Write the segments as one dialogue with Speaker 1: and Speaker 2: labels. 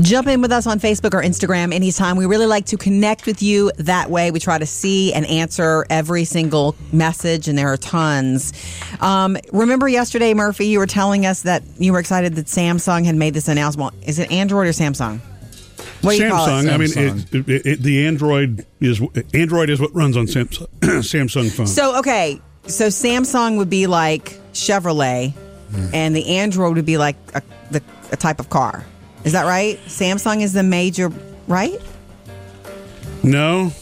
Speaker 1: Jump in with us on Facebook or Instagram anytime. We really like to connect with you that way. We try to see and answer every single message, and there are tons. Um, remember yesterday, Murphy, you were telling us that you were excited that Samsung had made this announcement. Is it Android or Samsung? What do you call it?
Speaker 2: Samsung. I mean, it,
Speaker 3: Samsung.
Speaker 2: it, it, the Android is Android is what runs on Samsung, Samsung phones.
Speaker 1: So okay, so Samsung would be like Chevrolet,
Speaker 2: Hmm.
Speaker 1: and the Android would be like a, the, a type of car. Is that right? Samsung is the major, right?
Speaker 2: no,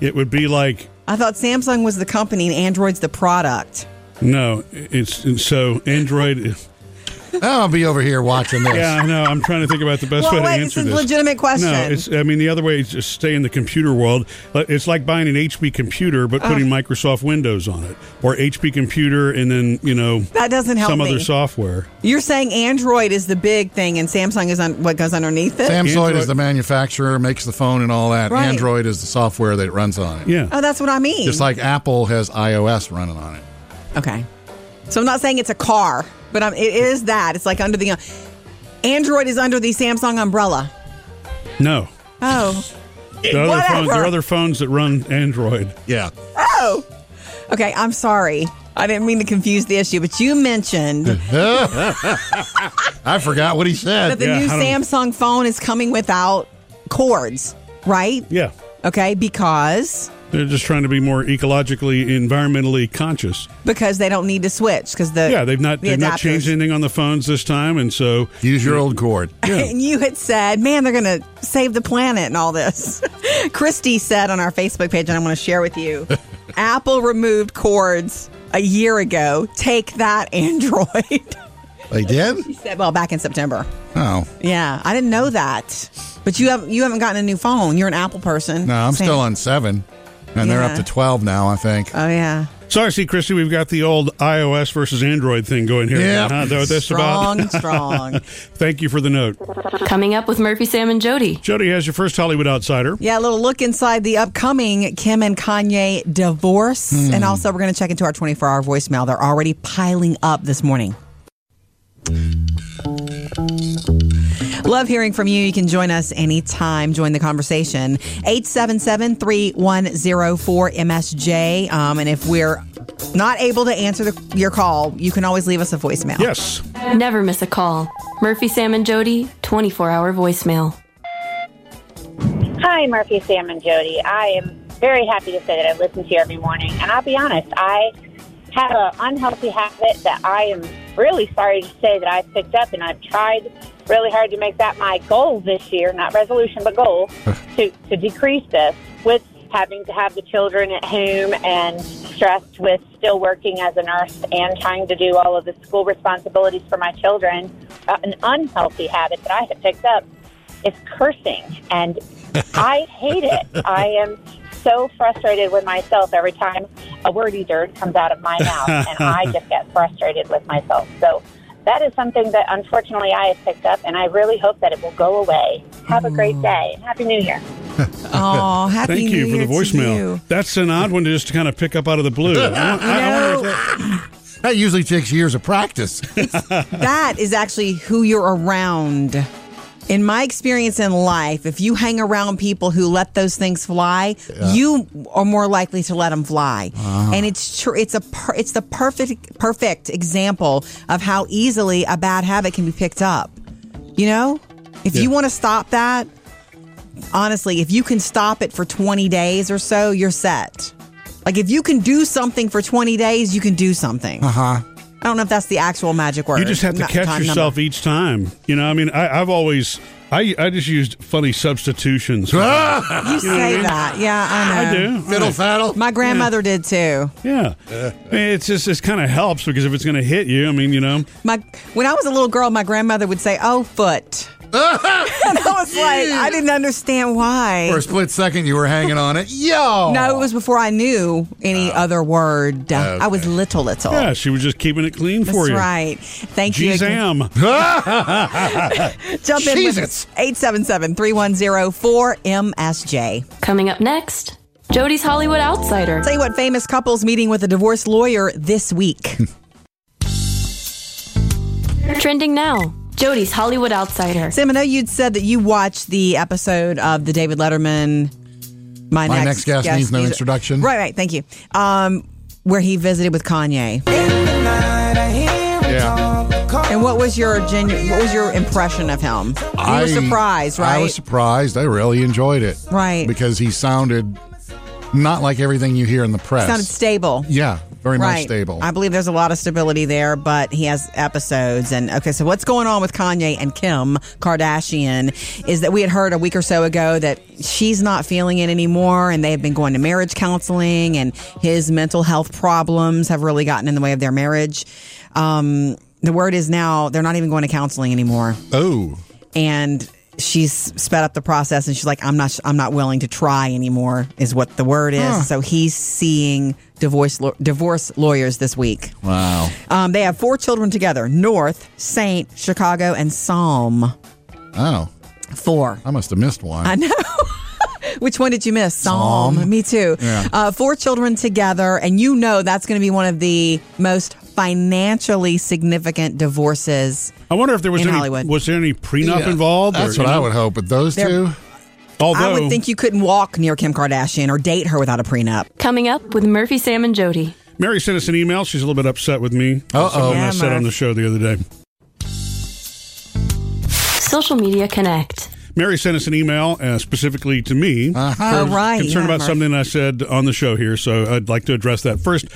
Speaker 2: it would be like
Speaker 1: I thought Samsung was the company and Android's the product.
Speaker 2: no. It's so Android. is-
Speaker 3: I'll be over here watching this.
Speaker 2: Yeah, I know. I'm trying to think about the best
Speaker 1: Well,
Speaker 2: way to
Speaker 1: wait,
Speaker 2: answer
Speaker 1: this is
Speaker 2: this.
Speaker 1: a legitimate question.
Speaker 2: No, it's. I mean, the other way is just stay in the computer world. Like, It's like buying an HP computer but
Speaker 1: Oh.
Speaker 2: putting Microsoft Windows on it, or HP computer and then you know
Speaker 1: That doesn't help
Speaker 2: some
Speaker 1: me.
Speaker 2: other software.
Speaker 1: You're saying Android is the big thing and Samsung is on what goes underneath it?
Speaker 3: Samsung
Speaker 2: Android-
Speaker 3: is the manufacturer, makes the phone and all that.
Speaker 1: Right.
Speaker 3: Android is the software that it runs on it.
Speaker 2: Yeah.
Speaker 1: oh, that's what I mean.
Speaker 3: Just like Apple has iOS running on it.
Speaker 1: okay. So I'm not saying it's a car, but I'm, it is that. It's like under the Android is under the Samsung umbrella.
Speaker 2: no.
Speaker 1: Oh.
Speaker 2: There are, other phones, there
Speaker 1: Whatever.
Speaker 2: are other phones that run Android.
Speaker 3: Yeah.
Speaker 1: Oh. Okay, I'm sorry. I didn't mean to confuse the issue, but you mentioned that
Speaker 3: I forgot what he said.
Speaker 1: the
Speaker 2: Yeah,
Speaker 1: new
Speaker 2: I don't-
Speaker 1: Samsung phone is coming without cords, right?
Speaker 2: Yeah.
Speaker 1: Okay, because
Speaker 2: They're just trying to be more ecologically, environmentally conscious.
Speaker 1: because they don't need to switch because the
Speaker 2: Yeah, they've not
Speaker 1: the
Speaker 2: they've not
Speaker 1: adapters.
Speaker 2: changed anything on the phones this time, and so
Speaker 3: Use your old cord.
Speaker 2: yeah.
Speaker 1: And you had said, man, they're going to save the planet and all this. Christy said on our Facebook page, and I'm going to share with you Apple removed cords a year ago. Take that, Android.
Speaker 3: They did?
Speaker 1: She said, well, back in September.
Speaker 3: Oh.
Speaker 1: Yeah, I didn't know that. But you haven't you haven't gotten a new phone. You're an Apple person.
Speaker 3: No, I'm
Speaker 1: Sam-
Speaker 3: still on seven. And they're up
Speaker 1: Yeah.
Speaker 3: to 12 now, I think.
Speaker 1: Oh yeah,
Speaker 2: Sorry, see, Christy, we've got the old iOS versus Android thing going here.
Speaker 3: Yeah.
Speaker 2: Huh? Though That's about.
Speaker 1: strong, strong.
Speaker 2: Thank you for the note.
Speaker 4: Coming up with Murphy, Sam, and Jody.
Speaker 2: Jody has your first Hollywood outsider.
Speaker 1: Yeah, a little look inside the upcoming Kim and Kanye divorce,
Speaker 2: Hmm.
Speaker 1: and also we're going to check into our 24-hour voicemail. They're already piling up this morning. Love hearing from you. You can join us anytime. Join the conversation. 877-3104-MSJ. Um, and if we're not able to answer the, your call, you can always leave us a voicemail.
Speaker 2: Yes.
Speaker 4: Never miss a call. Murphy, Sam, and Jody, 24 hour voicemail.
Speaker 5: Hi, Murphy, Sam, and Jody. I am very happy to say that I listen to you every morning. And I'll be honest, I have an unhealthy habit that I am really sorry to say that I picked up, and I've tried really hard to make that my goal this year, not resolution, but goal, to, to decrease this with having to have the children at home and stressed with still working as a nurse and trying to do all of the school responsibilities for my children. Uh, an unhealthy habit that I had picked up is cursing, and I hate it. I am so frustrated with myself every time a word either comes out of my mouth, and I just get frustrated with myself. So that is something that unfortunately I have picked up, and I really hope that it will go away. Have a great day, and Happy New Year.
Speaker 1: Oh, happy
Speaker 2: Thank
Speaker 1: New
Speaker 2: you for
Speaker 1: Year
Speaker 2: the
Speaker 1: to you.
Speaker 2: voicemail. That's an odd one to just kind of pick up out of the blue. I, want- I- I want-
Speaker 3: That usually takes years of practice.
Speaker 1: that is actually who you're around. In my experience in life, if you hang around people who let those things fly, you are more likely to let them fly.
Speaker 2: Uh-huh.
Speaker 1: And it's true. It's a per- it's the perfect perfect example of how easily a bad habit can be picked up. You know, if
Speaker 2: Yeah.
Speaker 1: you want to stop that, honestly, if you can stop it for 20 days or so, you're set. Like if you can do something for 20 days, you can do something. I don't know if that's the actual magic word.
Speaker 2: Uh-huh. You just have to
Speaker 1: Ma-
Speaker 2: catch
Speaker 1: time
Speaker 2: yourself each time. You know, I mean, I, I've always, I, I just used funny substitutions. I
Speaker 3: Ah,
Speaker 1: number. You say that. Yeah, I know.
Speaker 2: do.
Speaker 3: Fiddle faddle.
Speaker 1: My grandmother did too.
Speaker 2: Yeah. I mean, it's just, it kind of helps because if it's going to hit you, I mean, you know,
Speaker 1: My when I was a little girl, my grandmother would say, "Oh, foot." and I was like, I didn't understand why.
Speaker 3: For a split second, you were hanging on it. Yo!
Speaker 1: No, it was before I knew any other word. I was little, little.
Speaker 2: yeah, she was just keeping it clean for
Speaker 1: That's
Speaker 2: you.
Speaker 1: right. Thank you.
Speaker 2: Jeez,
Speaker 1: again.
Speaker 2: am.
Speaker 1: Jump in with
Speaker 3: Jesus.
Speaker 1: 877-310-4MSJ.
Speaker 4: Coming up next, Jody's Hollywood Outsider.
Speaker 1: Tell you what, famous couples meeting with a divorce lawyer this week.
Speaker 4: Trending now. Jody's Hollywood Outsider.
Speaker 1: Sam, I know you'd said that you watched the episode of the David Letterman. My,
Speaker 3: My Next Guest Needs No Introduction.
Speaker 1: Right, right. Thank you. Um, where he visited with Kanye.
Speaker 3: Yeah.
Speaker 1: And what was your genu- What was your impression of him? You
Speaker 3: I
Speaker 1: were surprised, right?
Speaker 3: I was surprised. I really enjoyed it.
Speaker 1: Right.
Speaker 3: Because he sounded not like everything you hear in the press.
Speaker 1: sounded stable.
Speaker 3: yeah, very much
Speaker 1: Right.
Speaker 3: stable.
Speaker 1: I believe there's a lot of stability there, but he has episodes. And okay, so what's going on with Kanye and Kim Kardashian is that we had heard a week or so ago that she's not feeling it anymore and they have been going to marriage counseling and his mental health problems have really gotten in the way of their marriage. Um, the word is now they're not even going to counseling anymore
Speaker 3: oh,
Speaker 1: and she's sped up the process and she's like i'm not i'm not willing to try anymore is what the word is so he's seeing divorce law- divorce lawyers this week
Speaker 3: wow.
Speaker 1: um, they have four children together north saint chicago and psalm
Speaker 3: Oh,
Speaker 1: four
Speaker 2: Oh.
Speaker 3: I must have missed one. I know.
Speaker 1: which one did you miss? Psalm. Me too.
Speaker 3: Yeah.
Speaker 1: Uh, four children together, and you know that's going to be one of the most financially significant divorces.
Speaker 2: I wonder if there was
Speaker 1: In
Speaker 2: any
Speaker 1: Hollywood.
Speaker 2: was there any prenup involved? or,
Speaker 3: That's what
Speaker 2: you
Speaker 3: I
Speaker 2: know,
Speaker 3: would hope. But those
Speaker 1: They're-
Speaker 3: two,
Speaker 2: Although
Speaker 1: I would think you couldn't walk near Kim Kardashian or date her without a prenup.
Speaker 4: Coming up with Murphy, Sam, and Jody.
Speaker 2: Mary sent us an email. She's a little bit upset with me.
Speaker 3: Uh-oh.
Speaker 2: Something I
Speaker 1: Yeah,
Speaker 2: said on
Speaker 1: Murph.
Speaker 2: the show the other day.
Speaker 4: Social Media Connect.
Speaker 2: Mary sent us an email uh, specifically to me.
Speaker 3: Uh-huh.
Speaker 1: Oh, right.
Speaker 2: concerned
Speaker 1: yeah,
Speaker 2: about
Speaker 1: Murph.
Speaker 2: something I said on the show here, so I'd like to address that first.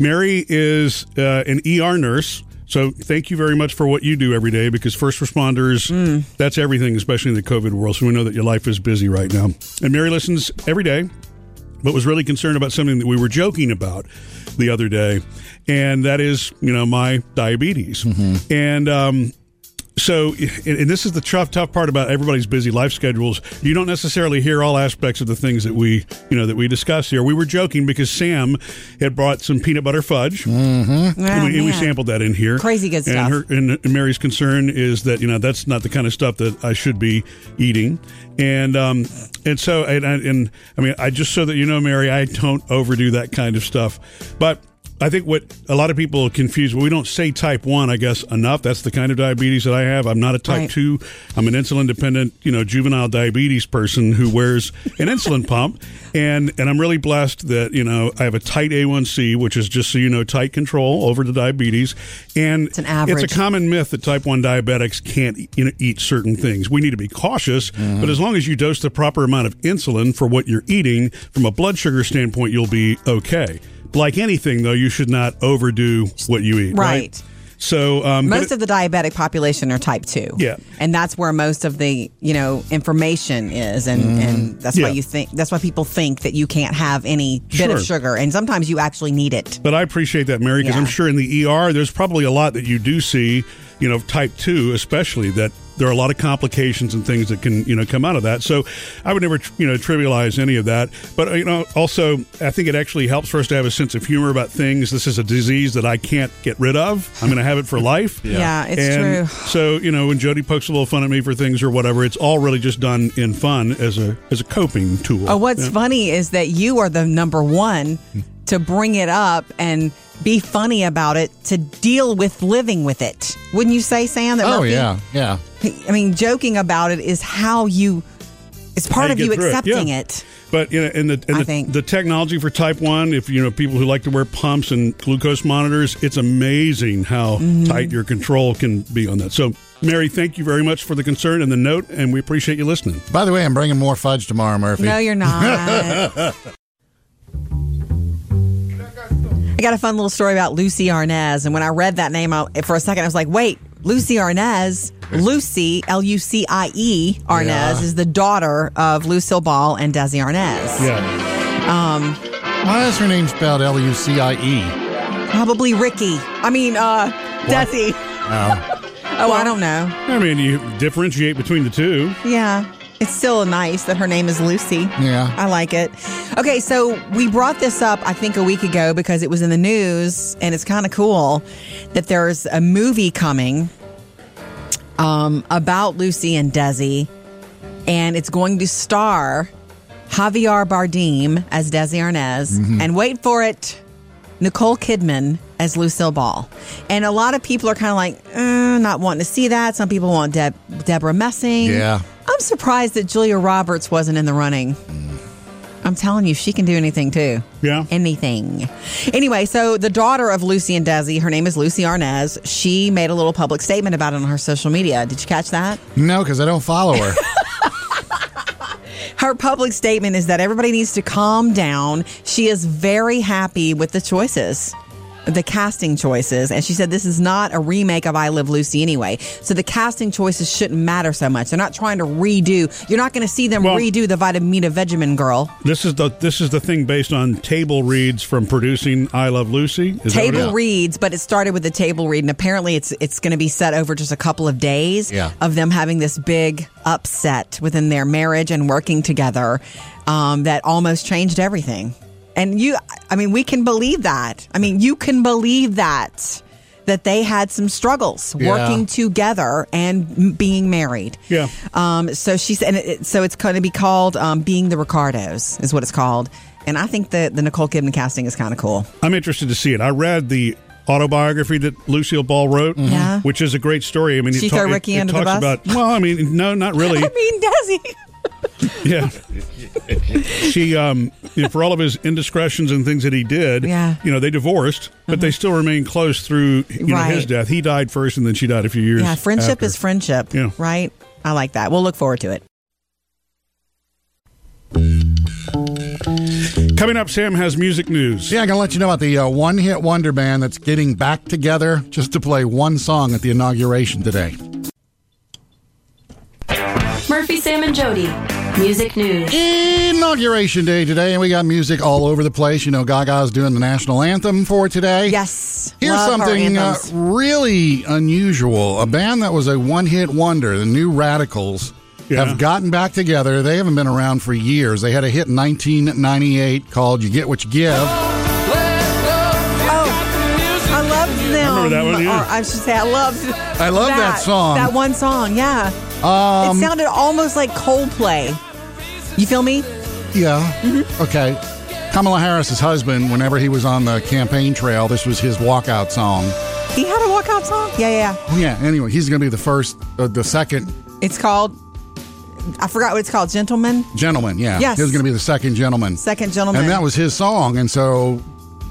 Speaker 2: Mary is uh, an ER nurse, so thank you very much for what you do every day because first responders,
Speaker 1: Mm.
Speaker 2: that's everything, especially in the COVID world. So we know that your life is busy right now. And Mary listens every day, but was really concerned about something that we were joking about the other day, and that is, you know, my diabetes. And, um, so, and and this is the tough, tough part about everybody's busy life schedules. You don't necessarily hear all aspects of the things that we, you know, that we discuss here. We were joking because Sam had brought some peanut butter fudge, and,
Speaker 1: Oh,
Speaker 2: we, and we
Speaker 1: man.
Speaker 2: sampled that in here.
Speaker 1: Crazy good
Speaker 2: and
Speaker 1: stuff.
Speaker 2: Her, and Mary's concern is that you know that's not the kind of stuff that I should be eating, and um, and so and, I- and I mean I just so that you know, Mary, I don't overdo that kind of stuff, but. I think what a lot of people confuse, well, we don't say type one, I guess, enough. That's the kind of diabetes that I have. I'm not a type
Speaker 1: Right.
Speaker 2: two. I'm an insulin dependent, you know, juvenile diabetes person who wears an insulin pump. And, and I'm really blessed that, you know, I have a tight A1C, which is just so you know, tight control over the diabetes. And
Speaker 1: It's an average.
Speaker 2: it's a common myth that type 1 diabetics can't e- you know, eat certain things. We need to be cautious, but as long as you dose the proper amount of insulin for what you're eating, from a blood sugar standpoint, you'll be okay. Like anything, though, you should not overdo what you eat. Right.
Speaker 1: Right.
Speaker 2: So, um, but
Speaker 1: most of the diabetic population are type 2
Speaker 2: Yeah.
Speaker 1: and that's where most of the you know information is and and that's why
Speaker 2: Mm-hmm. Yeah.
Speaker 1: you think that's why people think that you can't have any bit of
Speaker 2: Sure.
Speaker 1: sugar and sometimes you actually need it
Speaker 2: But I appreciate that, Mary, because I'm
Speaker 1: Yeah.
Speaker 2: sure in the ER, there's probably a lot that you do see, you know, type 2, especially that there are a lot of complications and things that can, you know, come out of that. So I would never, you know, trivialize any of that. But, uh, you know, also, I think it actually helps for us to have a sense of humor about things. This is a disease that I can't get rid of. I'm going to have it for life.
Speaker 1: Yeah, it's
Speaker 2: And
Speaker 1: true.
Speaker 2: So, you know, when Jody pokes a little fun at me for things or whatever, it's all really just done in fun as a as a coping tool.
Speaker 1: Oh, what's funny is that you are the number one to bring it up and be funny about it to deal with living with it. Wouldn't you say, Sam? That
Speaker 3: oh
Speaker 1: Murphy-
Speaker 3: yeah, yeah.
Speaker 1: I mean, joking about it is how you. It's part
Speaker 2: you
Speaker 1: of
Speaker 2: get
Speaker 1: you
Speaker 2: through it,
Speaker 1: accepting
Speaker 2: yeah.
Speaker 1: it.
Speaker 2: But you know, and the and
Speaker 1: I
Speaker 2: the,
Speaker 1: think.
Speaker 2: the technology for type one, if you know people who like to wear pumps and glucose monitors, it's amazing how
Speaker 1: Mm-hmm.
Speaker 2: tight your control can be on that. So, Mary, thank you very much for the concern and the note, and we appreciate you listening.
Speaker 3: By the way, I'm bringing more fudge tomorrow, Murphy.
Speaker 1: No, you're not. I got a fun little story about Lucy Arnaz, and when I read that name, I, for a second, I was like, "Wait, Lucy Arnaz? Lucy L U C I E Arnaz
Speaker 3: Yeah.
Speaker 1: is the daughter of Lucille Ball and Desi Arnaz.
Speaker 2: Yeah,
Speaker 3: Why is her name spelled L U C I E?
Speaker 1: Probably Ricky. I mean, uh, Desi. Oh, I don't know.
Speaker 2: I mean, you differentiate between the two.
Speaker 1: Yeah. It's still nice that her name is Lucy.
Speaker 3: Yeah.
Speaker 1: I like it. Okay, so we brought this up, I think, a week ago because it was in the news, and it's kind of cool that there's a movie coming um, about Lucy and Desi, and it's going to star Javier Bardem as Desi Arnaz, and wait for it, Nicole Kidman as Lucille Ball. And a lot of people are kind of like, uh, eh, not wanting to see that. Some people want Deb- Deborah Messing.
Speaker 3: Yeah.
Speaker 1: I'm surprised that Julia Roberts wasn't in the running. I'm telling you, she can do anything too.
Speaker 2: Yeah.
Speaker 1: Anything. Anyway, so the daughter of Lucy and Desi, her name is Lucy Arnaz, she made a little public statement about it on her social media. Did you catch that?
Speaker 3: No, because I don't follow her.
Speaker 1: Her public statement is that everybody needs to calm down. She is very happy with the choices, the casting choices. And she said this is not a remake of I Live Lucy anyway. So the casting choices shouldn't matter so much. They're not trying to redo, you're not going to see them
Speaker 2: Well-
Speaker 1: redo the Vitamina Vegemin girl.
Speaker 2: This is the this is the thing based on table reads from producing I Love Lucy. Is that what it
Speaker 1: table
Speaker 2: is?
Speaker 1: reads, but it started with the table read, and apparently it's it's going to be set over just a couple of days
Speaker 3: Yeah.
Speaker 1: of them having this big upset within their marriage and working together um, that almost changed everything. And you, I mean, we can believe that. I mean, you can believe that that they had some struggles
Speaker 3: Yeah.
Speaker 1: working together and m- being married.
Speaker 2: Yeah.
Speaker 1: Um, so she's and it, so it's going to be called um, "Being the Ricardos" is what it's called. And I think the the Nicole Kidman casting is kind of cool.
Speaker 2: I'm interested to see it. I read the autobiography that Lucille Ball wrote,
Speaker 1: Mm-hmm. Yeah.
Speaker 2: which is a great story. I mean,
Speaker 1: She
Speaker 2: it, ta-
Speaker 1: threw
Speaker 2: it-
Speaker 1: Ricky
Speaker 2: it
Speaker 1: under the bus?
Speaker 2: talks about. Well, I mean, no, not really.
Speaker 1: I mean, does he?
Speaker 2: yeah. she, um, you know, for all of his indiscretions and things that he did,
Speaker 1: Yeah. Uh-huh.
Speaker 2: you know, they divorced, but they still remained close through you know, his
Speaker 1: Right.
Speaker 2: death. He died first, and then she died a few years.
Speaker 1: Yeah, friendship
Speaker 2: after.
Speaker 1: is friendship,
Speaker 2: Yeah.
Speaker 1: right? I like that. We'll look forward to it.
Speaker 2: Coming up, Sam has music news.
Speaker 3: yeah, I'm going to let you know about the uh, one hit wonder band that's getting back together just to play one song at the inauguration today.
Speaker 4: Murphy, Sam, and Jody. Music news.
Speaker 3: Inauguration day today, and we got music all over the place. You know, Gaga's doing the national anthem for today.
Speaker 1: Yes.
Speaker 3: Here's
Speaker 1: Love her
Speaker 3: something uh,
Speaker 1: anthems.
Speaker 3: really unusual. A band that was a one hit wonder, the New Radicals,
Speaker 2: Yeah.
Speaker 3: have gotten back together. They haven't been around for years. They had a hit in 1998 called You Get What You Give.
Speaker 1: oh, I loved them.
Speaker 2: I remember that one, yeah.
Speaker 1: Or I should say, I loved.
Speaker 3: I love that song. Um,
Speaker 1: That one song, yeah. it sounded almost like Coldplay. You feel me?
Speaker 3: Yeah.
Speaker 1: Mm-hmm.
Speaker 3: Okay. Kamala Harris's husband, whenever he was on the campaign trail, this was his walkout song.
Speaker 1: He had a walkout song. Yeah, yeah. yeah.
Speaker 3: Oh, yeah. Anyway, he's going to be the first, uh, the second
Speaker 1: It's called. I forgot what it's called. Gentleman,
Speaker 3: gentleman. Yeah.
Speaker 1: Yes.
Speaker 3: He was going to be the second gentleman.
Speaker 1: second gentleman.
Speaker 3: And that was his song. And so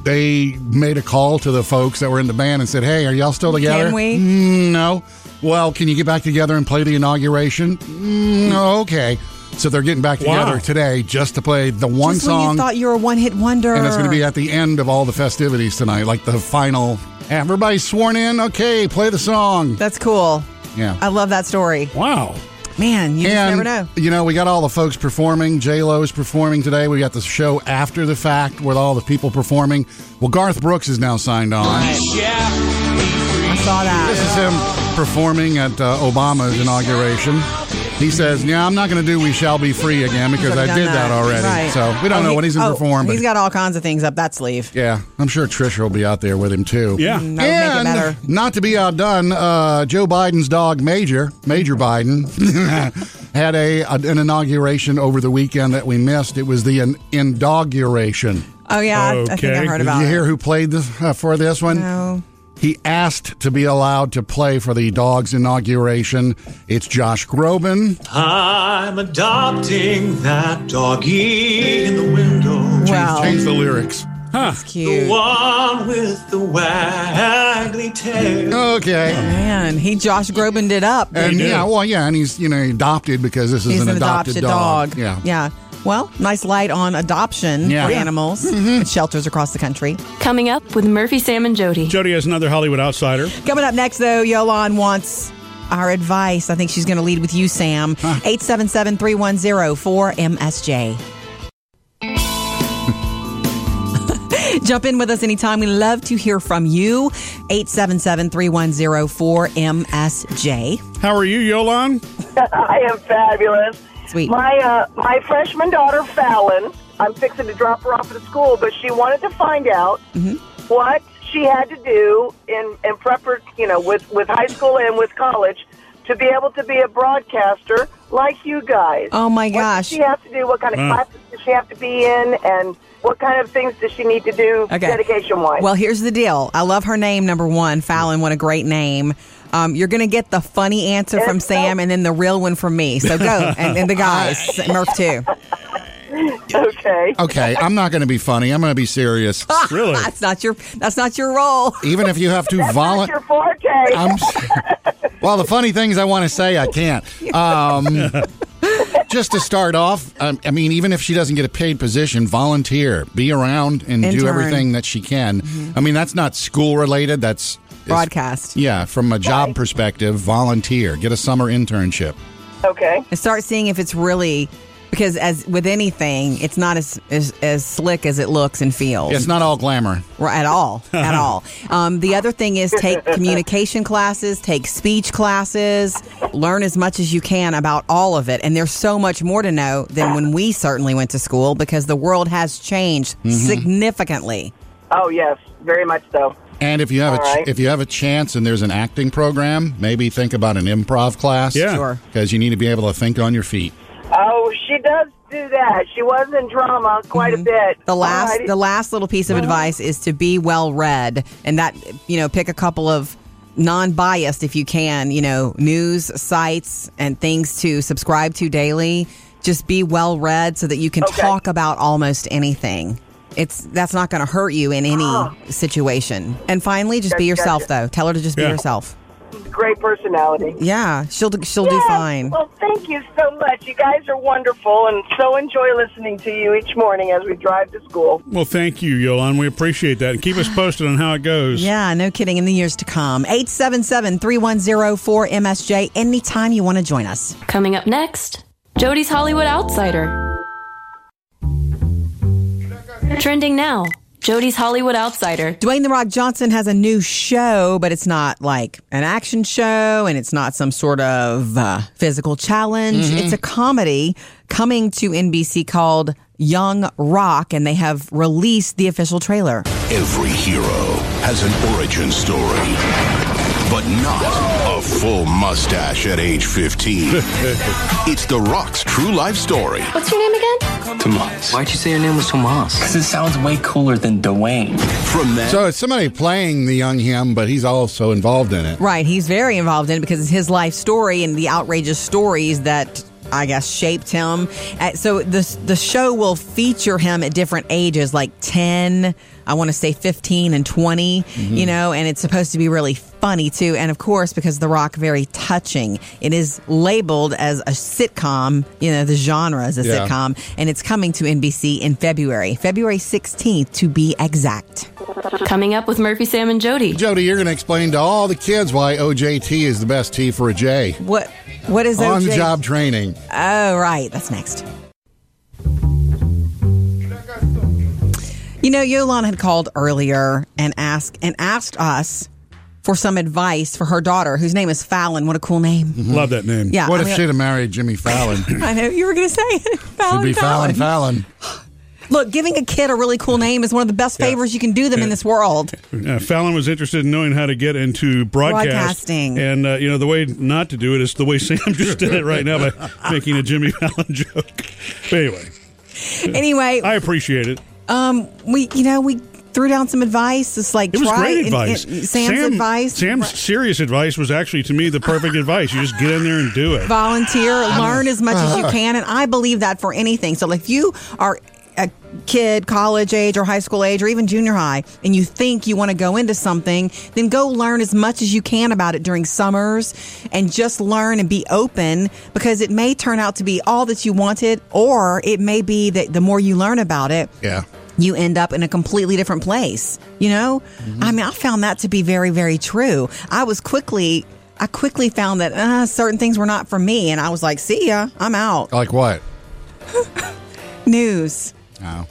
Speaker 3: they made a call to the folks that were in the band and said, Hey, are y'all still together?
Speaker 1: Can we?
Speaker 3: Mm, no. Well, can you get back together and play the inauguration? Mm, no, okay. So they're getting back
Speaker 2: Wow.
Speaker 3: together today just to play the one
Speaker 1: Just when
Speaker 3: song.
Speaker 1: you thought you were a one-hit wonder.
Speaker 3: and it's going to be at the end of all the festivities tonight, like the final. Everybody's sworn in. Okay, play the song.
Speaker 1: That's cool.
Speaker 3: Yeah.
Speaker 1: I love that story.
Speaker 2: Wow.
Speaker 1: Man, you just
Speaker 3: and,
Speaker 1: never know.
Speaker 3: You know, we got all the folks performing. J Lo is performing today. We got the show after the fact with all the people performing. Well, Garth Brooks is now signed on.
Speaker 1: I saw that.
Speaker 3: This is him performing at uh, Obama's inauguration. He says, "Yeah, I'm not going to do We Shall Be Free again because I
Speaker 1: Should've
Speaker 3: did
Speaker 1: done
Speaker 3: that, already."
Speaker 1: Right.
Speaker 3: So we don't
Speaker 1: Oh,
Speaker 3: know
Speaker 1: he-
Speaker 3: when he's going to
Speaker 1: oh,
Speaker 3: perform. But
Speaker 1: He's got all kinds of things up that sleeve.
Speaker 3: yeah, I'm sure Trisha will be out there with him too.
Speaker 2: Yeah.
Speaker 1: Mm, That would make it
Speaker 3: And
Speaker 1: better.
Speaker 3: not to be outdone, uh, Joe Biden's dog Major, Major Biden, had a an inauguration over the weekend that we missed. It was the in- inauguration.
Speaker 1: Oh yeah, I- I think I
Speaker 2: Okay.
Speaker 1: heard
Speaker 2: Did
Speaker 1: about
Speaker 3: Did
Speaker 1: it.
Speaker 3: you
Speaker 1: Oh,
Speaker 3: hear who played this, uh, for this one?
Speaker 1: No.
Speaker 3: He asked to be allowed to play for the dog's inauguration. It's Josh Groban.
Speaker 6: I'm adopting that doggy in the window.
Speaker 1: Well,
Speaker 3: Change the lyrics.
Speaker 1: that's cute.
Speaker 6: One with the waggly tail.
Speaker 3: Okay.
Speaker 1: Man, he Josh Groban did up.
Speaker 3: And yeah, well, yeah, and he's you know adopted because this is
Speaker 1: He's
Speaker 3: an,
Speaker 1: an, adopted, dog.
Speaker 3: Yeah.
Speaker 1: Yeah. Well, nice light on adoption
Speaker 3: Yeah. Mm-hmm.
Speaker 1: for
Speaker 3: Yeah.
Speaker 1: animals at shelters across the country.
Speaker 4: Coming up with Murphy, Sam, and Jody.
Speaker 2: Jody has another Hollywood outsider.
Speaker 1: Coming up next, though, Yolan wants our advice. I think she's going to lead with you, Sam. 877 310 4MSJ. Jump in with us anytime. We love to hear from you. 877 310 4MSJ.
Speaker 2: How are you, Yolan?
Speaker 7: I am fabulous.
Speaker 1: Sweet.
Speaker 7: My uh, my freshman daughter Fallon. I'm fixing to drop her off at school, but she wanted to find out
Speaker 1: Mm-hmm.
Speaker 7: what she had to do in in prep, you know, with with high school and with college to be able to be a broadcaster like you guys.
Speaker 1: Oh, my
Speaker 7: What
Speaker 1: gosh.
Speaker 7: does she has to do what kind of
Speaker 2: Wow.
Speaker 7: classes does she have to be in, and what kind of things does she need to do
Speaker 1: Okay.
Speaker 7: dedication wise?
Speaker 1: Well, here's the deal. I love her name, number one. Fallon, what a great name. Um, you're going to get the funny answer from Sam and then the real one from me. So go. And, and the guys, Murph too.
Speaker 7: Okay.
Speaker 3: Okay, I'm not going to be funny. I'm going to be serious.
Speaker 2: Really?
Speaker 1: That's not your. That's not your role.
Speaker 3: Even if you have to
Speaker 7: That's
Speaker 3: volunteer.
Speaker 7: your forte.
Speaker 3: I'm. Well, the funny things I want to say, I can't. Um, just to start off, um, I mean, even if she doesn't get a paid position, volunteer, be around, and do
Speaker 1: Intern. Mm-hmm.
Speaker 3: everything that she can. I mean, that's not school related. That's it's-
Speaker 1: Broadcast.
Speaker 3: Yeah, from a job perspective, volunteer, get a summer internship.
Speaker 7: okay.
Speaker 1: and start seeing if it's really because as with anything, it's not as as, as slick as it looks and feels
Speaker 3: It's not all glamour.
Speaker 1: ri- at all, at all. Um, the other thing is take communication classes, take speech classes, learn as much as you can about all of it. And there's so much more to know than when we certainly went to school because the world has changed significantly.
Speaker 7: Oh yes, very much so.
Speaker 3: And if you have a
Speaker 7: All right.
Speaker 3: ch- if you have a chance and there's an acting program, maybe think about an improv class.
Speaker 2: Yeah.
Speaker 1: Sure.
Speaker 3: because you need to be able to think on your feet.
Speaker 7: Oh, she does do that. She was in drama quite a bit.
Speaker 1: Mm-hmm.
Speaker 7: Oh,
Speaker 1: The last
Speaker 7: Alrighty.
Speaker 1: the last little piece
Speaker 7: Uh-huh.
Speaker 1: of advice is to be well read and that you know pick a couple of non-biased if you can, you know, news sites and things to subscribe to daily. Just be well read so that you can
Speaker 7: Okay.
Speaker 1: talk about almost anything. It's that's not going to hurt you in any situation. And finally, just be
Speaker 7: Ah. Gotcha,
Speaker 1: yourself
Speaker 7: gotcha.
Speaker 1: though. Tell her to just be
Speaker 2: Yeah.
Speaker 1: yourself.
Speaker 7: great personality.
Speaker 1: Yeah, she'll do- she'll do
Speaker 7: Yes.
Speaker 1: fine.
Speaker 7: Well, thank you so much. You guys are wonderful, and so enjoy listening to you each morning as we drive to school.
Speaker 2: Well, thank you, Yolan. We appreciate that. And keep us posted on how it goes.
Speaker 1: Yeah, no kidding. In the years to come. 877 310 4MSJ. Anytime you want to join us.
Speaker 4: Coming up next, Jody's Hollywood Outsider. Trending now, Jody's Hollywood Outsider.
Speaker 1: Dwayne The Rock Johnson has a new show, but it's not like an action show and it's not some sort of uh, physical challenge. It's a comedy coming to NBC called Young Rock, and they have released the official trailer.
Speaker 8: Every hero has an origin story, but not a full mustache at age 15. it's The Rock's true life story.
Speaker 4: What's your name again?
Speaker 8: Tomas.
Speaker 9: Why'd you say your name was Tomas? Because it sounds way cooler than Dwayne.
Speaker 8: From that,
Speaker 3: So it's somebody playing the young him, but he's also involved in it.
Speaker 1: Right, he's very involved in it because it's his life story and the outrageous stories that I guess shaped him. Uh, So the the show will feature him at different ages, like ten, I want to say fifteen and 20 you know, and it's supposed to be really funny too. And of course, because The Rock very touching, it is labeled as a sitcom. You know, the genre is a
Speaker 3: Yeah.
Speaker 1: sitcom, and it's coming to NBC in February, February sixteenth to be exact.
Speaker 4: Coming up with Murphy, Sam, and Jody.
Speaker 3: Jody, you're going to explain to all the kids why OJT is the best T for a J.
Speaker 1: What what is
Speaker 3: On
Speaker 1: OJ?
Speaker 3: job training.
Speaker 1: Oh, right. That's next. You know, Yolan had called earlier and asked and asked us for some advice for her daughter, whose name is Fallon. What a cool name!
Speaker 2: Love that name.
Speaker 1: Yeah.
Speaker 3: What
Speaker 1: I
Speaker 3: if
Speaker 1: mean,
Speaker 3: she'd have married Jimmy Fallon? It'd
Speaker 1: I know you were going to say it. Fallon,
Speaker 3: be Fallon
Speaker 1: Fallon.
Speaker 3: Fallon.
Speaker 1: Look, giving a kid a really cool name is one of the best favors you can do them in this world.
Speaker 2: Uh, Fallon was interested in knowing how to get into broadcast.
Speaker 1: Broadcasting.
Speaker 2: And, uh, you know, the way not to do it is the way Sam just did it right now by making a Jimmy Fallon joke. But anyway,
Speaker 1: Anyway,
Speaker 2: I appreciate it.
Speaker 1: um, we you know we threw down some advice. It's like
Speaker 2: It was
Speaker 1: try
Speaker 2: great
Speaker 1: and-
Speaker 2: advice.
Speaker 1: and Sam's
Speaker 2: Sam-
Speaker 1: advice.
Speaker 2: Sam's serious advice was actually, to me, the perfect advice. You just get in there and do it.
Speaker 1: volunteer, learn as much as you can. And I believe that for anything. So if you are a kid, college age or high school age or even junior high, and you think you want to go into something, then go learn as much as you can about it during summers and just learn and be open because it may turn out to be all that you wanted, or it may be that the more you learn about it,
Speaker 3: Yeah.
Speaker 1: you end up in a completely different place. You know,
Speaker 2: Mm-hmm.
Speaker 1: I mean, I found that to be very, very true. I was quickly, I quickly found that uh, certain things were not for me, and I was like, "See ya, I'm out."
Speaker 2: Oh.
Speaker 3: Like what?
Speaker 1: News,
Speaker 3: Oh.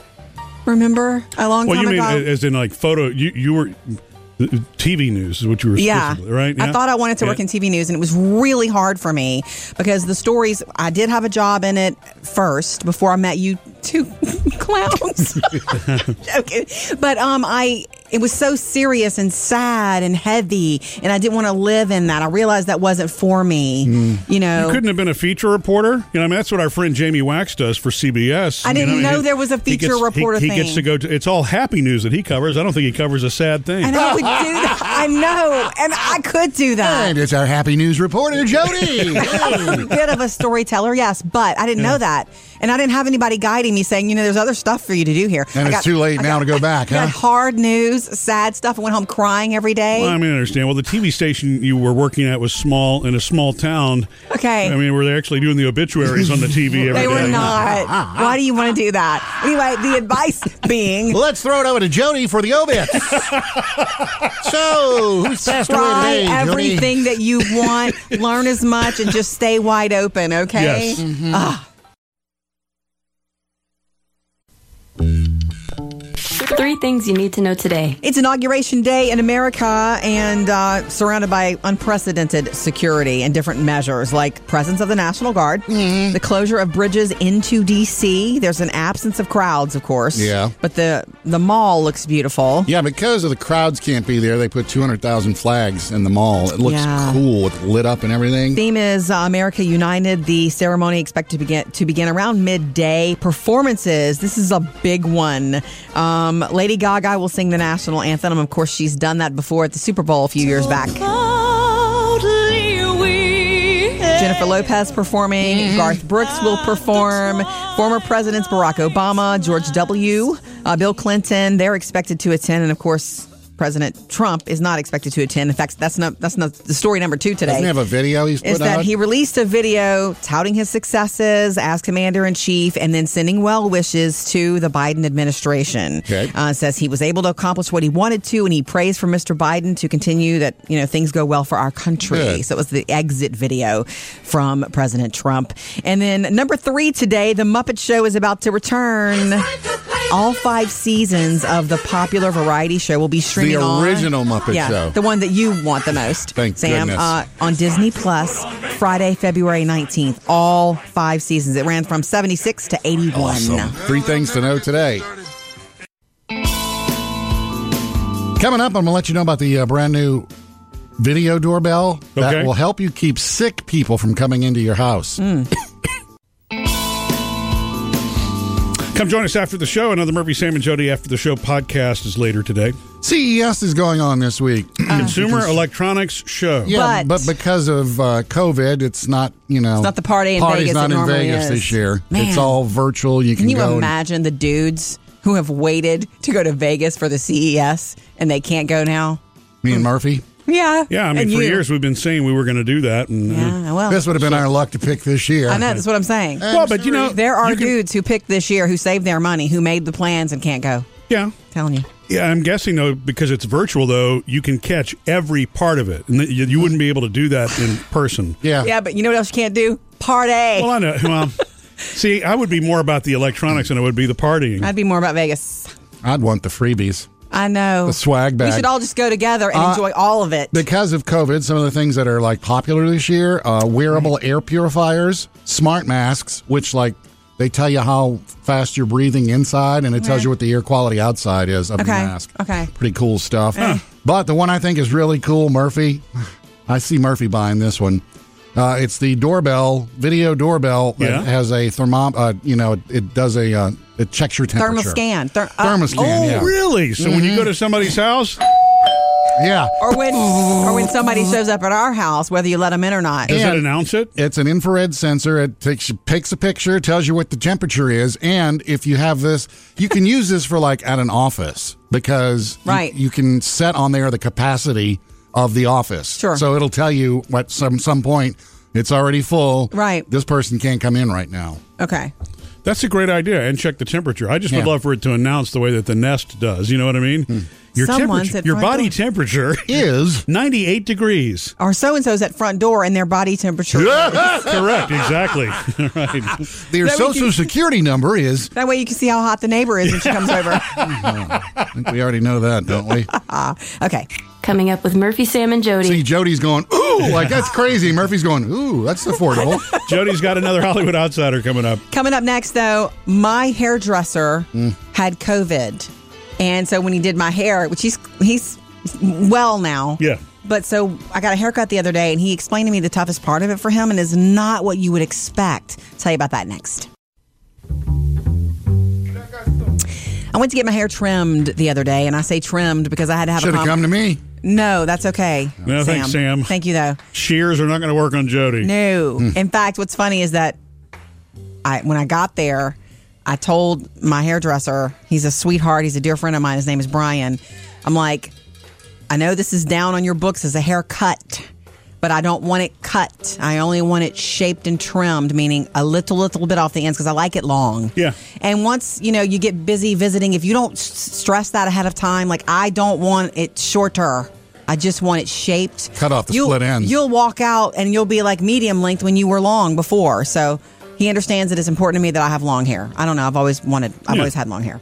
Speaker 1: remember a long
Speaker 2: Well,
Speaker 1: time
Speaker 2: you mean uh,
Speaker 1: ago.
Speaker 2: a- as in like photo? You you were TV news is what you were.
Speaker 1: yeah.
Speaker 2: specifically, right.
Speaker 1: I thought I wanted to work in TV news, and it was really hard for me because the stories. I did have a job in it first before I met you two clowns. Joking, but um, I It was so serious and sad and heavy, and I didn't want to live in that. I realized that wasn't for me. You know,
Speaker 2: Couldn't have been a feature reporter. You know, I mean, that's what our friend Jamie Wax does for CBS.
Speaker 1: I
Speaker 2: mean,
Speaker 1: didn't
Speaker 2: mean,
Speaker 1: know there was a
Speaker 2: he
Speaker 1: feature
Speaker 2: gets- he-
Speaker 1: reporter
Speaker 2: He,
Speaker 1: thing.
Speaker 2: gets to go to. It's all happy news that he covers. I don't think he covers a sad thing.
Speaker 1: and I would do that. I know, and I could do that.
Speaker 3: And it's our happy news reporter, Jody.
Speaker 1: I'm a bit of a storyteller, yes, but I didn't know that, and I didn't have anybody guiding me saying, you know, there's other stuff for you to do here.
Speaker 3: And
Speaker 1: I
Speaker 3: it's
Speaker 1: got-
Speaker 3: too late
Speaker 1: I
Speaker 3: now
Speaker 1: got-
Speaker 3: to go back,
Speaker 1: I got
Speaker 3: huh?
Speaker 1: hard news, sad stuff. I went home crying every day.
Speaker 2: Well, I mean, I understand. Well, the TV station you were working at was small in a small town.
Speaker 1: Okay.
Speaker 2: I mean, were they actually doing the obituaries on the TV every day? Ah,
Speaker 1: they were not. Why do you want to do that? Anyway, the advice being
Speaker 3: Let's throw it over to Jody for the obits. so, who's passed away
Speaker 1: try
Speaker 3: today, Jody?
Speaker 1: everything that you want, learn as much, and just stay wide open, okay? Mm-hmm.
Speaker 2: Yes. Mm-hmm.
Speaker 4: Three things you need to know today.
Speaker 1: It's inauguration day in America and uh, surrounded by unprecedented security and different measures like presence of the National Guard,
Speaker 2: Mm-hmm.
Speaker 1: the closure of bridges into D.C. There's an absence of crowds, of course.
Speaker 3: Yeah.
Speaker 1: But the, the mall looks beautiful.
Speaker 3: Yeah, because of the crowds can't be there, they put 200,000 flags in the mall. It looks
Speaker 1: Yeah.
Speaker 3: cool. It's lit up and everything.
Speaker 1: Theme is uh, America United. The ceremony expected to begin to begin around midday. Performances. This is a big one. Um, Lady Gaga will sing the national anthem. Of course, she's done that before at the Super Bowl a few years back. Jennifer Lopez performing. Garth Brooks will perform. Former presidents Barack Obama, George W., uh, Bill Clinton. They're expected to attend, and of course. President Trump is not expected to attend. In fact, that's not that's not the story number two today
Speaker 3: Doesn't he have a video he's put
Speaker 1: is that
Speaker 3: out?
Speaker 1: he released a video touting his successes as commander in chief and then sending well wishes to the Biden administration.
Speaker 3: Okay.
Speaker 1: Uh, says he was able to accomplish what he wanted to, and he prays for Mr. Biden to continue that you know things go well for our country.
Speaker 3: Good.
Speaker 1: So it was the exit video from President Trump. And then number three today, the Muppet Show is about to return. All five seasons of the popular variety show will be streaming on-
Speaker 3: original Muppet
Speaker 1: yeah,
Speaker 3: Show.
Speaker 1: the one that you want the most.
Speaker 3: Thank
Speaker 1: Sam,
Speaker 3: goodness.
Speaker 1: Uh, on Disney Plus, Friday, February 19th. All five seasons. It ran from 76 to 81.
Speaker 3: Awesome. Three things to know today. Coming up, I'm going to let you know about the uh, brand new video doorbell that
Speaker 2: Okay.
Speaker 3: will help you keep sick people from coming into your house.
Speaker 1: Hmm.
Speaker 2: Come join us after the show. Another Murphy, Sam, and Jody after the show podcast is later today.
Speaker 3: CES E is going on this week.
Speaker 1: Ah. Uh-huh.
Speaker 2: Consumer Electronics Show.
Speaker 3: yeah,
Speaker 1: But-
Speaker 3: but, because of uh, COVID, it's not, you know.
Speaker 1: It's not the party in
Speaker 3: party's
Speaker 1: Vegas
Speaker 3: not
Speaker 1: it
Speaker 3: in
Speaker 1: normally
Speaker 3: Vegas
Speaker 1: is.
Speaker 3: this year.
Speaker 1: Man.
Speaker 3: It's all virtual. You can,
Speaker 1: Can you
Speaker 3: go and-
Speaker 1: imagine the dudes who have waited to go to Vegas for the CES and they can't go now?
Speaker 3: me and Murphy.
Speaker 1: Yeah.
Speaker 2: Yeah, I mean,
Speaker 1: And
Speaker 2: for
Speaker 1: you.
Speaker 2: years we've been saying we were going to do that, and uh,
Speaker 1: Yeah, well,
Speaker 3: This Uh, would have been our luck to pick this year.
Speaker 1: Oh, I know. That's what I'm saying.
Speaker 2: well, but you know,
Speaker 1: there are
Speaker 2: you can-
Speaker 1: dudes who picked this year who saved their money, who made the plans and can't go.
Speaker 2: Yeah,
Speaker 1: telling you.
Speaker 2: yeah. I'm guessing though, because it's virtual, though, you can catch every part of it, and th- you, you wouldn't be able to do that in person.
Speaker 3: Yeah.
Speaker 1: Yeah, but you know what else you can't do? Party.
Speaker 2: Well, I know. Well, see, I would be more about the electronics than I would be the partying.
Speaker 1: I'd be more about Vegas.
Speaker 3: I'd want the freebies.
Speaker 1: I know.
Speaker 3: The swag bag.
Speaker 1: We should all just go together and
Speaker 3: Uh,
Speaker 1: enjoy all of it.
Speaker 3: Because of COVID, some of the things that are like popular this year, uh, wearable air purifiers, smart masks, which like they tell you how fast you're breathing inside and it tells you what the air quality outside is of the
Speaker 1: Okay,
Speaker 3: mask.
Speaker 1: okay.
Speaker 3: Pretty cool stuff. But the one I think is really cool, Murphy. I see Murphy buying this one. Uh, it's the doorbell, video doorbell that
Speaker 2: Yeah.
Speaker 3: has a thermom. Uh, you know, it, it does a, uh, it checks your temperature.
Speaker 1: Thermal scan. Ther- uh,
Speaker 3: Thermoscan,
Speaker 2: oh,
Speaker 3: yeah.
Speaker 2: really? So
Speaker 3: Mm-hmm.
Speaker 2: when you go to somebody's house,
Speaker 3: Yeah.
Speaker 1: Or when, or when somebody shows up at our house, whether you let them in or not.
Speaker 2: does
Speaker 3: Yeah.
Speaker 2: it announce it?
Speaker 3: It's an infrared sensor. It takes takes a picture, tells you what the temperature is, and if you have this, you can use this for like at an office because you-
Speaker 1: Right.
Speaker 3: you, can set on there the capacity of the office.
Speaker 1: Sure.
Speaker 3: So it'll tell you at some some point it's already full.
Speaker 1: Right.
Speaker 3: This person can't come in right now.
Speaker 1: Okay.
Speaker 2: That's a great idea. And check the temperature. I just would
Speaker 3: Yeah. Hmm.
Speaker 2: love for it to announce the way that the Nest does. You know what I mean? Your
Speaker 1: Someone's
Speaker 2: temperature,
Speaker 1: at
Speaker 2: your
Speaker 1: front
Speaker 2: body
Speaker 1: door.
Speaker 2: temperature,
Speaker 3: Is
Speaker 2: 98 degrees.
Speaker 1: Or so and so's at front door and their body temperature.
Speaker 2: Correct. Exactly. All right.
Speaker 3: their
Speaker 1: That we
Speaker 3: social security number is?
Speaker 1: That way you can see how hot the neighbor is when she comes over.
Speaker 3: I think we already know that, don't we?
Speaker 1: Okay.
Speaker 4: Coming up with Murphy, Sam, and Jody.
Speaker 3: See, Jody's going ooh, like that's crazy. Murphy's going ooh, that's affordable.
Speaker 2: Jody's got another Hollywood Outsider coming up.
Speaker 3: Mm.
Speaker 1: Coming up next, though, my hairdresser had COVID. And so when he did my hair, which he's he's well now.
Speaker 2: Yeah.
Speaker 1: But so I got a haircut the other day and he explained to me the toughest part of it for him and is not what you would expect. tell you about that next. I went to get my hair trimmed the other day, and I say trimmed because I had to have
Speaker 3: Should
Speaker 1: a
Speaker 3: have
Speaker 1: comp-
Speaker 3: come to me.
Speaker 1: No, that's okay.
Speaker 2: No, thanks, Sam.
Speaker 1: Thank you though.
Speaker 2: Shears are not going to work on Jody.
Speaker 1: No.
Speaker 3: Hmm.
Speaker 1: In fact, what's funny is that I when I got there, I told my hairdresser, he's a sweetheart, he's a dear friend of mine, his name is Brian. I'm like, I know this is down on your books as a haircut, but I don't want it cut. I only want it shaped and trimmed, meaning a little little bit off the ends because I like it long.
Speaker 2: Yeah.
Speaker 1: And once, you know, you get busy visiting, if you don't s- stress that ahead of time, like I don't want it shorter. I just want it shaped.
Speaker 3: Cut off the
Speaker 1: you'll,
Speaker 3: split ends.
Speaker 1: You'll walk out and you'll be like medium length when you were long before. So he understands that it's important to me that I have long hair. I don't know. I've always wanted, I've
Speaker 2: Yeah.
Speaker 1: always had long hair.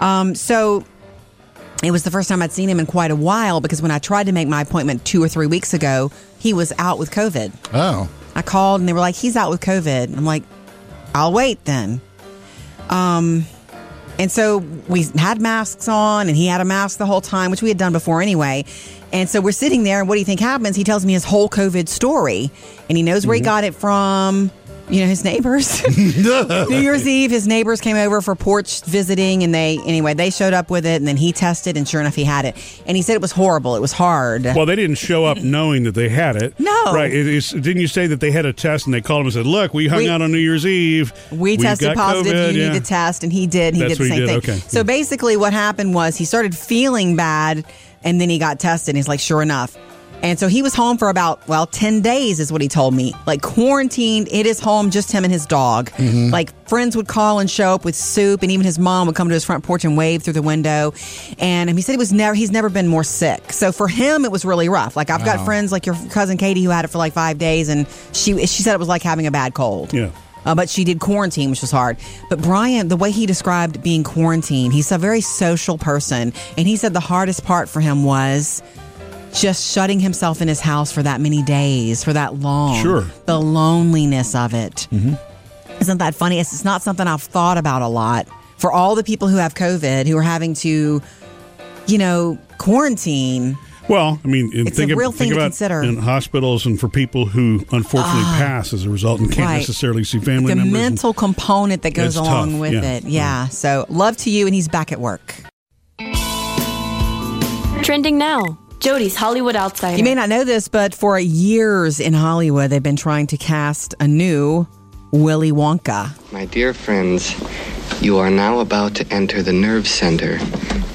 Speaker 1: Um, so it was the first time I'd seen him in quite a while because when I tried to make my appointment two or three weeks ago, he was out with COVID.
Speaker 3: Oh,
Speaker 1: I called and they were like, he's out with COVID. I'm like, I'll wait then. Um, and so we had masks on and he had a mask the whole time, which we had done before anyway. And so we're sitting there and what do you think happens? He tells me his whole COVID story and he knows where he got it from, you know, his neighbors. New Year's Eve, his neighbors came over for porch visiting, and they anyway they showed up with it, and then he tested, and sure enough, he had it. And he said it was horrible. It was hard.
Speaker 2: Well, they didn't show up knowing that they had it.
Speaker 1: No.
Speaker 2: Right. It is, didn't you say that they had a test and they called him and said, look, we hung
Speaker 1: We-
Speaker 2: out on New Year's Eve.
Speaker 1: we tested
Speaker 2: got
Speaker 1: positive.
Speaker 2: COVID,
Speaker 1: you
Speaker 2: yeah.
Speaker 1: need to test, and he did. and He
Speaker 2: That's
Speaker 1: did the
Speaker 2: what he
Speaker 1: same
Speaker 2: did,
Speaker 1: thing.
Speaker 2: okay.
Speaker 1: So basically, what happened was he started feeling bad, and then he got tested. And he's like, sure enough. And so he was home for about well ten days, is what he told me. Like quarantined, it is home, just him and his dog.
Speaker 2: Mm-hmm.
Speaker 1: Like friends would call and show up with soup, and even his mom would come to his front porch and wave through the window. And he said it was never he's never been more sick. So for him, it was really rough. Like I've got friends like your cousin Katie who had it for like five days, and she she said it was like having a bad cold
Speaker 2: Yeah.
Speaker 1: uh, but she did quarantine, which was hard. But Brian, the way he described being quarantined, he's a very social person, and he said the hardest part for him was just shutting himself in his house for that many days, for that long.
Speaker 2: Sure. Mm-hmm.
Speaker 1: the loneliness of it. Isn't that funny? It's, it's not something I've thought about a lot. For all the people who have COVID, who are having to, you know, quarantine.
Speaker 2: Well, I mean, and
Speaker 1: It's
Speaker 2: think,
Speaker 1: a
Speaker 2: ab-
Speaker 1: real thing
Speaker 2: think
Speaker 1: to
Speaker 2: about
Speaker 1: consider. Ah.
Speaker 2: in hospitals and for people who unfortunately pass as a result and can't
Speaker 1: Right.
Speaker 2: necessarily see family
Speaker 1: The
Speaker 2: members.
Speaker 1: mental component that
Speaker 2: It's
Speaker 1: goes
Speaker 2: tough,
Speaker 1: along with
Speaker 2: yeah.
Speaker 1: it. Yeah. So, love to you, and he's back at work.
Speaker 4: Trending now Jody's Hollywood Outsider.
Speaker 1: You may not know this, but for years in Hollywood, they've been trying to cast a new Willy Wonka.
Speaker 10: My dear friends, you are now about to enter the nerve center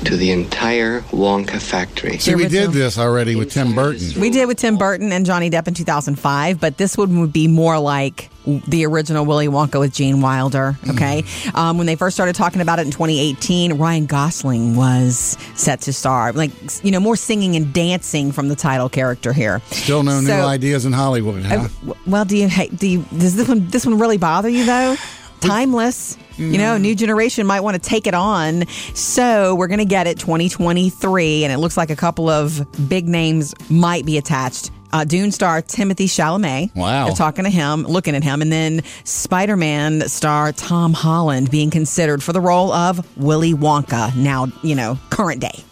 Speaker 10: to the entire Wonka factory.
Speaker 3: see, we
Speaker 1: with
Speaker 3: did
Speaker 1: you.
Speaker 3: this already with Tim Burton.
Speaker 1: We did with Tim Burton and Johnny Depp in 2005, but this one would be more like the original Willy Wonka with Gene Wilder. Okay. Um, when they first started talking about it in 2018, Ryan Gosling was set to star. Like, you know, more singing and dancing from the title character here.
Speaker 3: Still no new
Speaker 1: So-
Speaker 3: ideas in Hollywood. Huh?
Speaker 1: W- Well, do you hey, do you does this one this one really bother you though? Timeless. You know, new generation might want to take it on. So we're going to get it 2023, and it looks like a couple of big names might be attached. Uh, Dune star Timothy Chalamet.
Speaker 3: Wow.
Speaker 1: They're talking to him, looking at him. And then Spider Man star Tom Holland being considered for the role of Willy Wonka, now, you know, current day.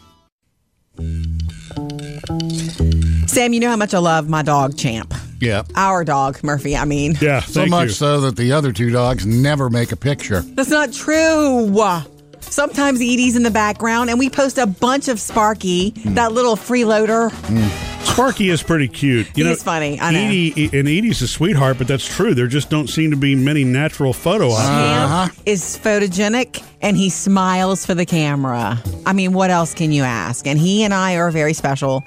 Speaker 1: Sam, you know how much I love my dog, Champ
Speaker 3: yeah.
Speaker 1: our dog, Murphy. I mean,
Speaker 2: yeah,
Speaker 3: So
Speaker 2: thank
Speaker 3: much
Speaker 2: you.
Speaker 3: so that the other two dogs never make a picture.
Speaker 1: that's not true. Sometimes Edie's in the background, and we post a bunch of Sparky,
Speaker 2: Hmm.
Speaker 1: that little freeloader.
Speaker 2: Sparky is pretty cute. You
Speaker 1: He's
Speaker 2: know,
Speaker 1: funny, I know.
Speaker 2: Edie, E, and Edie's a sweetheart, but that's true. There just don't seem to be many natural photo
Speaker 1: Ah.
Speaker 2: options.
Speaker 3: Uh-huh.
Speaker 1: Is photogenic, and he smiles for the camera. I mean, what else can you ask? And he and I are very special,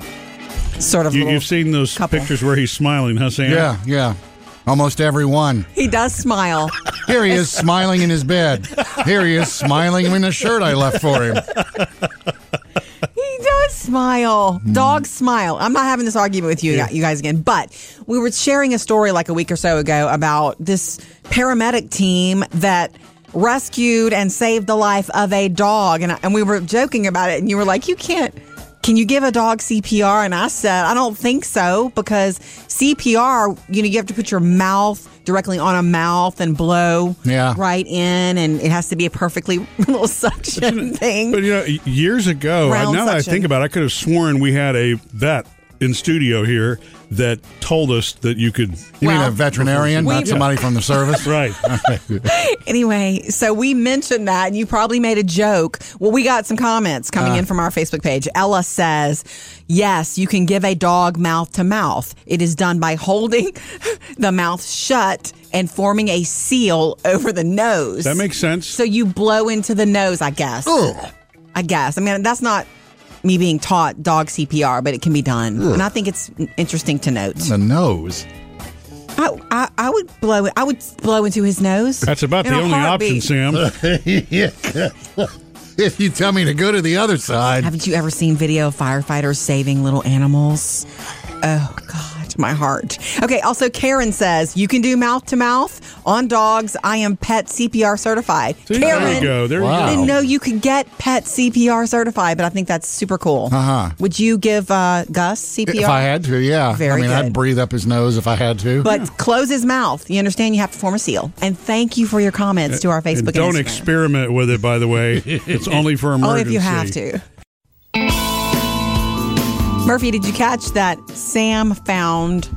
Speaker 1: sort of.
Speaker 2: You,
Speaker 1: little-
Speaker 2: you've seen those
Speaker 1: couple.
Speaker 2: pictures where he's smiling, huh, Sam?
Speaker 3: Yeah, yeah. Almost every one.
Speaker 1: he does smile.
Speaker 3: Here he is smiling in his bed. Here he is smiling in the shirt I left for him.
Speaker 1: He does smile. Dogs smile. I'm not having this argument with you, you guys again, but we were sharing a story like a week or so ago about this paramedic team that rescued and saved the life of a dog. And, and we were joking about it. And you were like, you can't can you give a dog CPR? And I said, I don't think so because CPR, you know, you have to put your mouth directly on a mouth and blow
Speaker 3: Yeah.
Speaker 1: right in, and it has to be a perfectly little suction thing.
Speaker 2: But you know, y- years ago, I-
Speaker 1: Round
Speaker 2: now that I
Speaker 1: section.
Speaker 2: think about it, I could have sworn we had a vet in studio here that told us that you could.
Speaker 3: You mean
Speaker 1: Well,
Speaker 3: a veterinarian,
Speaker 1: we-
Speaker 3: not somebody from the service?
Speaker 2: Right.
Speaker 1: Anyway, so we mentioned that, and you probably made a joke. Well, we got some comments coming
Speaker 2: Uh.
Speaker 1: in from our Facebook page. Ella says, Yes, you can give a dog mouth to mouth. It is done by holding the mouth shut and forming a seal over the nose.
Speaker 2: That makes sense.
Speaker 1: So you blow into the nose, I guess. I guess. I mean, that's not me being taught dog CPR, but it can be done. And I think it's interesting to note.
Speaker 3: The nose.
Speaker 1: I, I, I would blow I would blow into his nose.
Speaker 2: That's about
Speaker 1: in
Speaker 2: the
Speaker 1: a
Speaker 2: only option,
Speaker 1: heartbeat.
Speaker 2: Sam.
Speaker 3: if you tell me to go to the other side,
Speaker 1: Haven't you ever seen video of firefighters saving little animals? Oh God, my heart. Okay. Also, Karen says you can do mouth to mouth on dogs. I am pet CPR certified.
Speaker 2: See,
Speaker 1: Karen,
Speaker 2: there you go. There
Speaker 3: Wow.
Speaker 1: I
Speaker 2: you
Speaker 1: didn't know you could get pet CPR certified, but I think that's super cool.
Speaker 3: Uh-huh.
Speaker 1: Would you give uh, Gus CPR?
Speaker 3: if I had to, yeah. I
Speaker 1: Very
Speaker 3: mean, I'd
Speaker 1: good.
Speaker 3: breathe up his nose if I had to.
Speaker 1: but close his mouth. You understand? You have to form a seal. And thank you for your comments to our
Speaker 2: go.
Speaker 1: Facebook.
Speaker 2: And don't
Speaker 1: and Instagram.
Speaker 2: experiment with it, by the way. It's only for
Speaker 1: Oh,
Speaker 2: emergency.
Speaker 1: if you have to. Murphy, did you catch that Sam found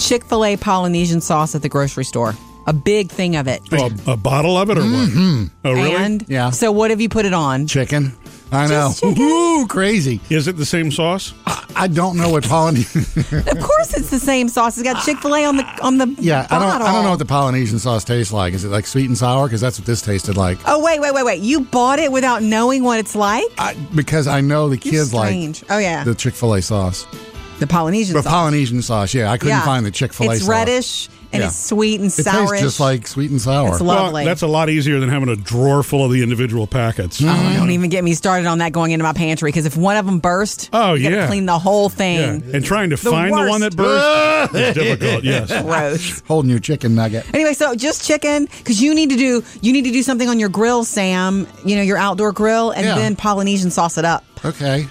Speaker 1: Chick fil A Polynesian sauce at the grocery store? A big thing of it.
Speaker 2: Oh, a, a bottle of it or what? Oh, really?
Speaker 1: And
Speaker 3: Yeah.
Speaker 1: so what have you put it on?
Speaker 3: chicken. I know.
Speaker 1: Just chicken?
Speaker 3: Ooh, crazy.
Speaker 2: Is it the same sauce?
Speaker 3: I, I don't know what Polynesian.
Speaker 1: of course it's the same sauce. It's got Chick fil A on the on the
Speaker 3: Ah. yeah, I
Speaker 1: bottle.
Speaker 3: don't. I don't know what the Polynesian sauce tastes like. Is it like sweet and sour? Because that's what this tasted like.
Speaker 1: Oh wait, wait, wait, wait. You bought it without knowing what it's like?
Speaker 3: I, because I know the
Speaker 1: You're
Speaker 3: kids like
Speaker 1: strange. oh yeah.
Speaker 3: the
Speaker 1: The,
Speaker 3: Chick Fil A sauce,
Speaker 1: Polynesian
Speaker 3: but
Speaker 1: sauce.
Speaker 3: Polynesian sauce. Yeah, I couldn't find the Chick Fil A
Speaker 1: It's
Speaker 3: sauce.
Speaker 1: reddish and
Speaker 3: Yeah.
Speaker 1: it's sweet and
Speaker 3: It
Speaker 1: sourish.
Speaker 3: tastes just like sweet and sour.
Speaker 1: It's lovely.
Speaker 2: Well, that's a lot easier than having a drawer full of the individual packets.
Speaker 1: Oh, don't even get me started on that going into my pantry because if one of them burst,
Speaker 2: Oh,
Speaker 1: you gotta
Speaker 2: yeah.
Speaker 1: clean the whole
Speaker 2: Yeah.
Speaker 1: thing.
Speaker 2: And trying to
Speaker 1: The
Speaker 2: find the one that
Speaker 1: worst.
Speaker 2: burst is difficult, yes.
Speaker 1: Gross.
Speaker 3: Holding your chicken nugget.
Speaker 1: Anyway, so just chicken because you need to do you need to do something on your grill, Sam. You know your outdoor grill, and
Speaker 3: Yeah.
Speaker 1: then Polynesian sauce it up.
Speaker 3: Okay.